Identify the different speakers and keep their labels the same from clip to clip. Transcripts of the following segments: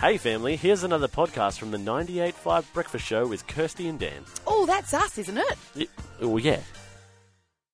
Speaker 1: Hey, family, here's another podcast from the 98.5 Breakfast Show with Kirsty and Dan.
Speaker 2: Oh, that's us, isn't it?
Speaker 1: Y- Oh, yeah.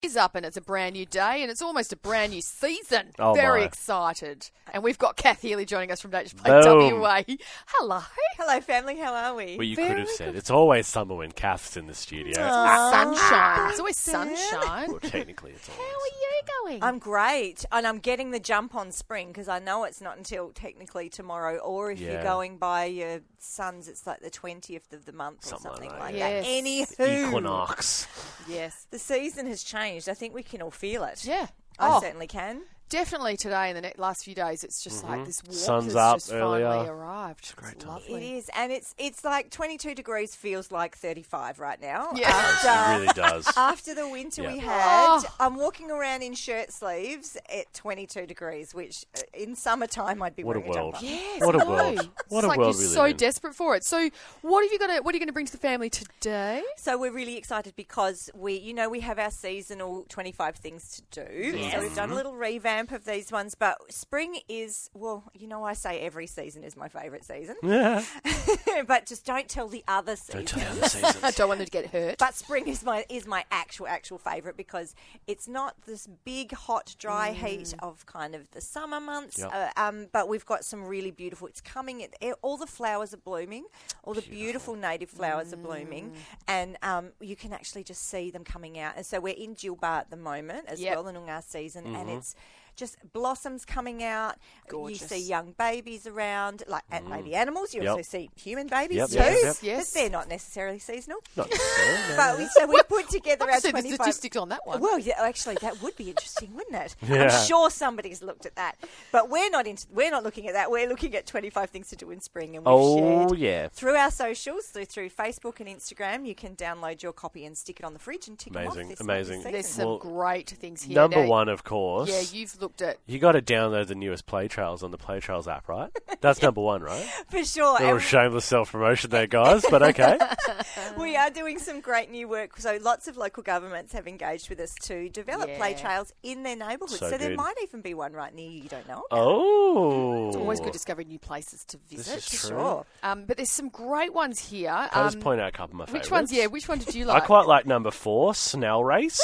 Speaker 2: It's up and it's a brand new day and it's almost a brand new season.
Speaker 1: Oh,
Speaker 2: Very
Speaker 1: my.
Speaker 2: excited. And we've got Kath Healy joining us from Nature Play
Speaker 1: Boom.
Speaker 2: WA. Hello.
Speaker 3: Hello, family. How are we?
Speaker 1: Well, you could
Speaker 2: Very
Speaker 1: have said it's always summer when Kath's in the studio.
Speaker 2: Ah, sunshine. It's always sunshine.
Speaker 1: Well, technically, it's
Speaker 2: How
Speaker 1: always.
Speaker 2: are you going?
Speaker 3: I'm great, and I'm getting the jump on spring because I know it's not until technically tomorrow, or if
Speaker 1: Yeah.
Speaker 3: you're going by your sons, it's like the twentieth of the month
Speaker 1: Something
Speaker 3: or something
Speaker 1: like
Speaker 3: like,
Speaker 1: that,
Speaker 2: yeah.
Speaker 3: that.
Speaker 2: Yes.
Speaker 3: Anywho,
Speaker 1: Equinox.
Speaker 2: yes.
Speaker 3: the season has changed. I think we can all feel it.
Speaker 2: Yeah.
Speaker 3: I
Speaker 2: Oh,
Speaker 3: certainly can.
Speaker 2: definitely today and the ne- last few days, it's just like this warmth
Speaker 1: Mm-hmm. Sun's
Speaker 2: has
Speaker 1: up
Speaker 2: just finally
Speaker 1: earlier.
Speaker 2: arrived. It's
Speaker 1: great time.
Speaker 3: It
Speaker 2: lovely.
Speaker 3: is, and it's it's like twenty two degrees feels like thirty five right now.
Speaker 2: Yeah.
Speaker 1: It
Speaker 3: After,
Speaker 1: really does.
Speaker 3: after the winter
Speaker 1: Yeah.
Speaker 3: we had,
Speaker 2: Oh.
Speaker 3: I'm walking around in shirt sleeves at twenty two degrees, which uh, in summertime I'd be
Speaker 1: What a
Speaker 3: wearing
Speaker 1: world.
Speaker 3: jumper.
Speaker 2: Yes,
Speaker 1: What a
Speaker 2: I know.
Speaker 1: world. What
Speaker 2: it's
Speaker 1: a
Speaker 2: like
Speaker 1: world
Speaker 2: you're
Speaker 1: we live
Speaker 2: so
Speaker 1: in.
Speaker 2: desperate for it. So, what have you got? To, what are you going to bring to the family today?
Speaker 3: So we're really excited because we, you know, we have our seasonal 25 things to do. So we've done a little revamp of these ones, but spring is, well, you know, I say every season is my favourite season,
Speaker 1: Yeah.
Speaker 3: but just don't tell the other
Speaker 1: Don't
Speaker 3: season.
Speaker 1: tell the other seasons.
Speaker 2: I don't want them to get hurt.
Speaker 3: But spring is my is my actual actual favourite because it's not this big hot dry heat of kind of the summer months.
Speaker 1: Yep.
Speaker 3: Uh, um, but we've got some really beautiful. It's coming. It, it- all the flowers are blooming. All the beautiful, native flowers are blooming, and um, you can actually just see them coming out. And so we're in Jilbar at the moment as
Speaker 2: Yep.
Speaker 3: well in Noongar season, and it's. Just blossoms coming out.
Speaker 2: Gorgeous.
Speaker 3: You see young babies around, like and baby animals. You
Speaker 1: Yep.
Speaker 3: also see human babies
Speaker 1: Yep,
Speaker 3: too.
Speaker 1: yep,
Speaker 2: yep. Yes.
Speaker 3: But they're not necessarily seasonal.
Speaker 1: Not necessarily, no.
Speaker 3: But we, so we put together
Speaker 2: I've
Speaker 3: our
Speaker 2: seen the
Speaker 3: 25.
Speaker 2: statistics on that one.
Speaker 3: Well, yeah, actually, that would be interesting, wouldn't it?
Speaker 1: Yeah.
Speaker 3: I'm sure somebody's looked at that, but we're not. Into, we're not looking at that. We're looking at 25 things to do in spring, and we've
Speaker 1: Oh,
Speaker 3: shared
Speaker 1: yeah.
Speaker 3: through our socials, so through Facebook and Instagram. You can download your copy and stick it on the fridge and tick 'em
Speaker 1: Amazing,
Speaker 3: off. This
Speaker 1: amazing.
Speaker 3: This
Speaker 2: There's some
Speaker 1: Well,
Speaker 2: great things here.
Speaker 1: Number
Speaker 2: Now,
Speaker 1: one, of course.
Speaker 2: Yeah, you've looked at
Speaker 1: You got to download the newest Play Trails on the Play Trails app, right? That's number one, right?
Speaker 3: for sure.
Speaker 1: A little
Speaker 3: And
Speaker 1: shameless self promotion there, guys, but okay.
Speaker 3: we are doing some great new work. So lots of local governments have engaged with us to develop
Speaker 2: Yeah.
Speaker 3: play trails in their neighbourhoods.
Speaker 1: So
Speaker 3: So, there
Speaker 1: good.
Speaker 3: might even be one right near you. You don't know.
Speaker 1: Oh.
Speaker 2: It's always good discovering new places to
Speaker 1: This
Speaker 2: visit.
Speaker 1: is true.
Speaker 3: Sure.
Speaker 2: Um, but there's some great ones here.
Speaker 1: Can I just
Speaker 2: Um,
Speaker 1: point out a couple of my
Speaker 2: which
Speaker 1: favourites?
Speaker 2: ones? Yeah, which one did you
Speaker 1: I
Speaker 2: like?
Speaker 1: quite like number four, snail race.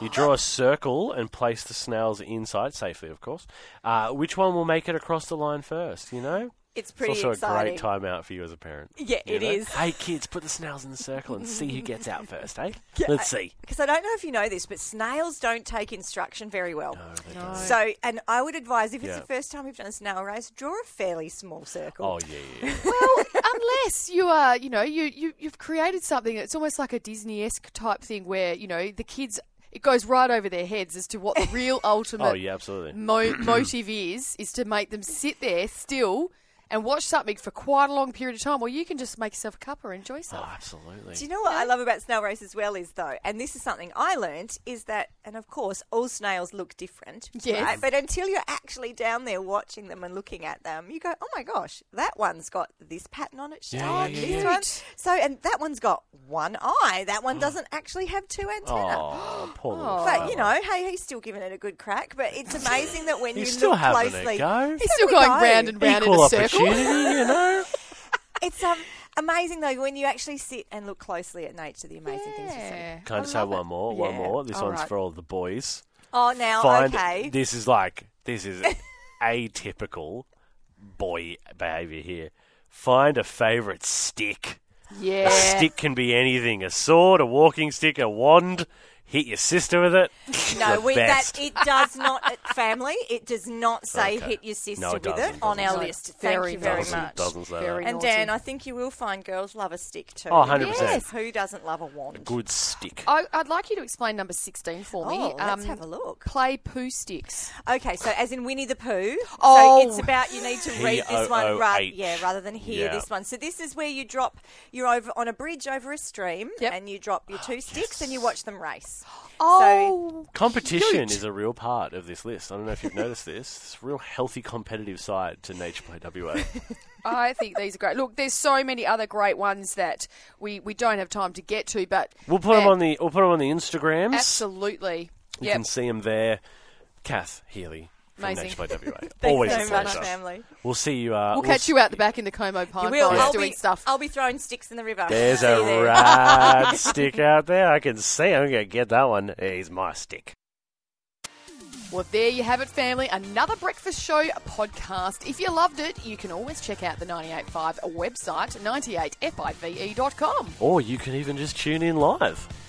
Speaker 1: You draw a circle and place the snails inside, safely, of course. Uh, which one will make it across the line first, you know?
Speaker 3: It's
Speaker 1: It's
Speaker 3: pretty
Speaker 1: also a
Speaker 3: exciting.
Speaker 1: great time out for you as a parent.
Speaker 3: Yeah,
Speaker 1: you
Speaker 3: it
Speaker 1: know?
Speaker 3: is.
Speaker 1: Hey, kids, put the snails in the circle and see who gets out first, eh? Let's see.
Speaker 3: Because I don't know if you know this, but snails don't take instruction very well.
Speaker 1: they
Speaker 2: No.
Speaker 3: So, and I would advise if it's
Speaker 1: Yeah.
Speaker 3: the first time you've done a snail race, draw a fairly small circle.
Speaker 1: Oh, yeah, yeah. yeah.
Speaker 2: well, unless you are, you know, you, you you've created something. It's almost like a Disney-esque type thing where you know the kids. It goes right over their heads as to what the real ultimate
Speaker 1: Oh, yeah, absolutely.
Speaker 2: mo- motive is is to make them sit there still and watch something for quite a long period of time. Well, you can just make yourself a cuppa and enjoy
Speaker 1: Oh,
Speaker 2: something.
Speaker 1: absolutely.
Speaker 3: Do you know what I love about snail race as well is though, and this is something I learnt is that, and of course, all snails look different.
Speaker 2: Yes.
Speaker 3: right? But until you're actually down there watching them and looking at them, you go, oh my gosh, that one's got this pattern on its
Speaker 1: Yeah,
Speaker 3: oh,
Speaker 1: yeah,
Speaker 3: this
Speaker 1: yeah, Oh. yeah.
Speaker 3: one. So, and that one's got one eye. That one doesn't actually have two antennae.
Speaker 1: Oh, poor little
Speaker 3: But
Speaker 1: fella.
Speaker 3: you know, hey, he's still giving it a good crack. But it's amazing that when
Speaker 1: He's
Speaker 3: you
Speaker 1: still
Speaker 3: look
Speaker 1: having
Speaker 3: closely,
Speaker 1: a go.
Speaker 2: He's still
Speaker 3: There we
Speaker 2: going
Speaker 3: go.
Speaker 2: round and round
Speaker 1: Equal
Speaker 2: in a circle.
Speaker 1: opportunity, you know?
Speaker 3: it's um, amazing though when you actually sit and look closely at nature. The amazing things you see.
Speaker 2: Yeah.
Speaker 1: Can I just have one more? One
Speaker 3: Yeah.
Speaker 1: more. This
Speaker 2: All
Speaker 1: one's
Speaker 2: right.
Speaker 1: for all the boys.
Speaker 3: Oh, now
Speaker 1: Find
Speaker 3: okay.
Speaker 1: this is like this is atypical boy behavior here. Find a favorite stick.
Speaker 2: Yeah.
Speaker 1: A stick can be anything: a sword, a walking stick, a wand. Hit your sister with it.
Speaker 3: no,
Speaker 1: The
Speaker 3: we, that
Speaker 1: best.
Speaker 3: it does not at family. It does not say
Speaker 1: Okay.
Speaker 3: hit your sister
Speaker 1: No, it
Speaker 3: with
Speaker 1: doesn't,
Speaker 3: it on
Speaker 1: doesn't
Speaker 3: our
Speaker 2: say.
Speaker 3: list. Thank
Speaker 2: Very
Speaker 3: you very
Speaker 1: doesn't,
Speaker 3: much.
Speaker 1: Doesn't say
Speaker 2: Very
Speaker 1: that.
Speaker 3: And
Speaker 2: naughty.
Speaker 3: Dan, I think you will find girls love a stick too.
Speaker 1: Oh, 100%.
Speaker 2: Yes.
Speaker 3: Who doesn't love a wand?
Speaker 1: Good stick.
Speaker 2: I, I'd like you to explain number 16 for me. um,
Speaker 3: Oh, let's have a look.
Speaker 2: Play poo sticks.
Speaker 3: Okay, so as in Winnie the Pooh.
Speaker 2: Oh.
Speaker 3: So it's about you need to read this one rather,
Speaker 1: P-O-O-H.
Speaker 3: yeah, rather than hear
Speaker 1: Yeah.
Speaker 3: this one. So this is where you drop you're over on a bridge over a stream
Speaker 2: Yep.
Speaker 3: and you drop
Speaker 1: Oh,
Speaker 3: your two sticks and you watch them race.
Speaker 2: Oh,
Speaker 1: Competition
Speaker 2: cute.
Speaker 1: is a real part of this list. I don't know if you've noticed this. It's a real healthy competitive side to Nature Play WA.
Speaker 2: I think these are great. Look, there's so many other great ones that we, we don't have time to get to, but
Speaker 1: We'll put them
Speaker 2: man,
Speaker 1: on the we'll put 'em on the Instagrams.
Speaker 2: absolutely.
Speaker 1: You
Speaker 2: Yep.
Speaker 1: can see them there. Kath Healy, from
Speaker 2: Amazing.
Speaker 1: Next Play WA.
Speaker 3: Thanks
Speaker 1: Always
Speaker 3: so
Speaker 1: a
Speaker 3: much,
Speaker 1: pleasure.
Speaker 3: family.
Speaker 1: We'll see you. Uh,
Speaker 2: We'll catch you out the back in the Como Pine
Speaker 3: Will,
Speaker 2: Forest
Speaker 3: I'll,
Speaker 2: doing
Speaker 3: be,
Speaker 2: stuff.
Speaker 3: I'll be throwing sticks in the river.
Speaker 1: There's
Speaker 3: See you
Speaker 1: a
Speaker 3: there.
Speaker 1: rad stick out there. I can see. it. I'm going to get that one. He's my stick.
Speaker 2: Well, there you have it, family. Another breakfast show podcast. If you loved it, you can always check out the 98.5 website, 98five.com.
Speaker 1: Or you can even just tune in live.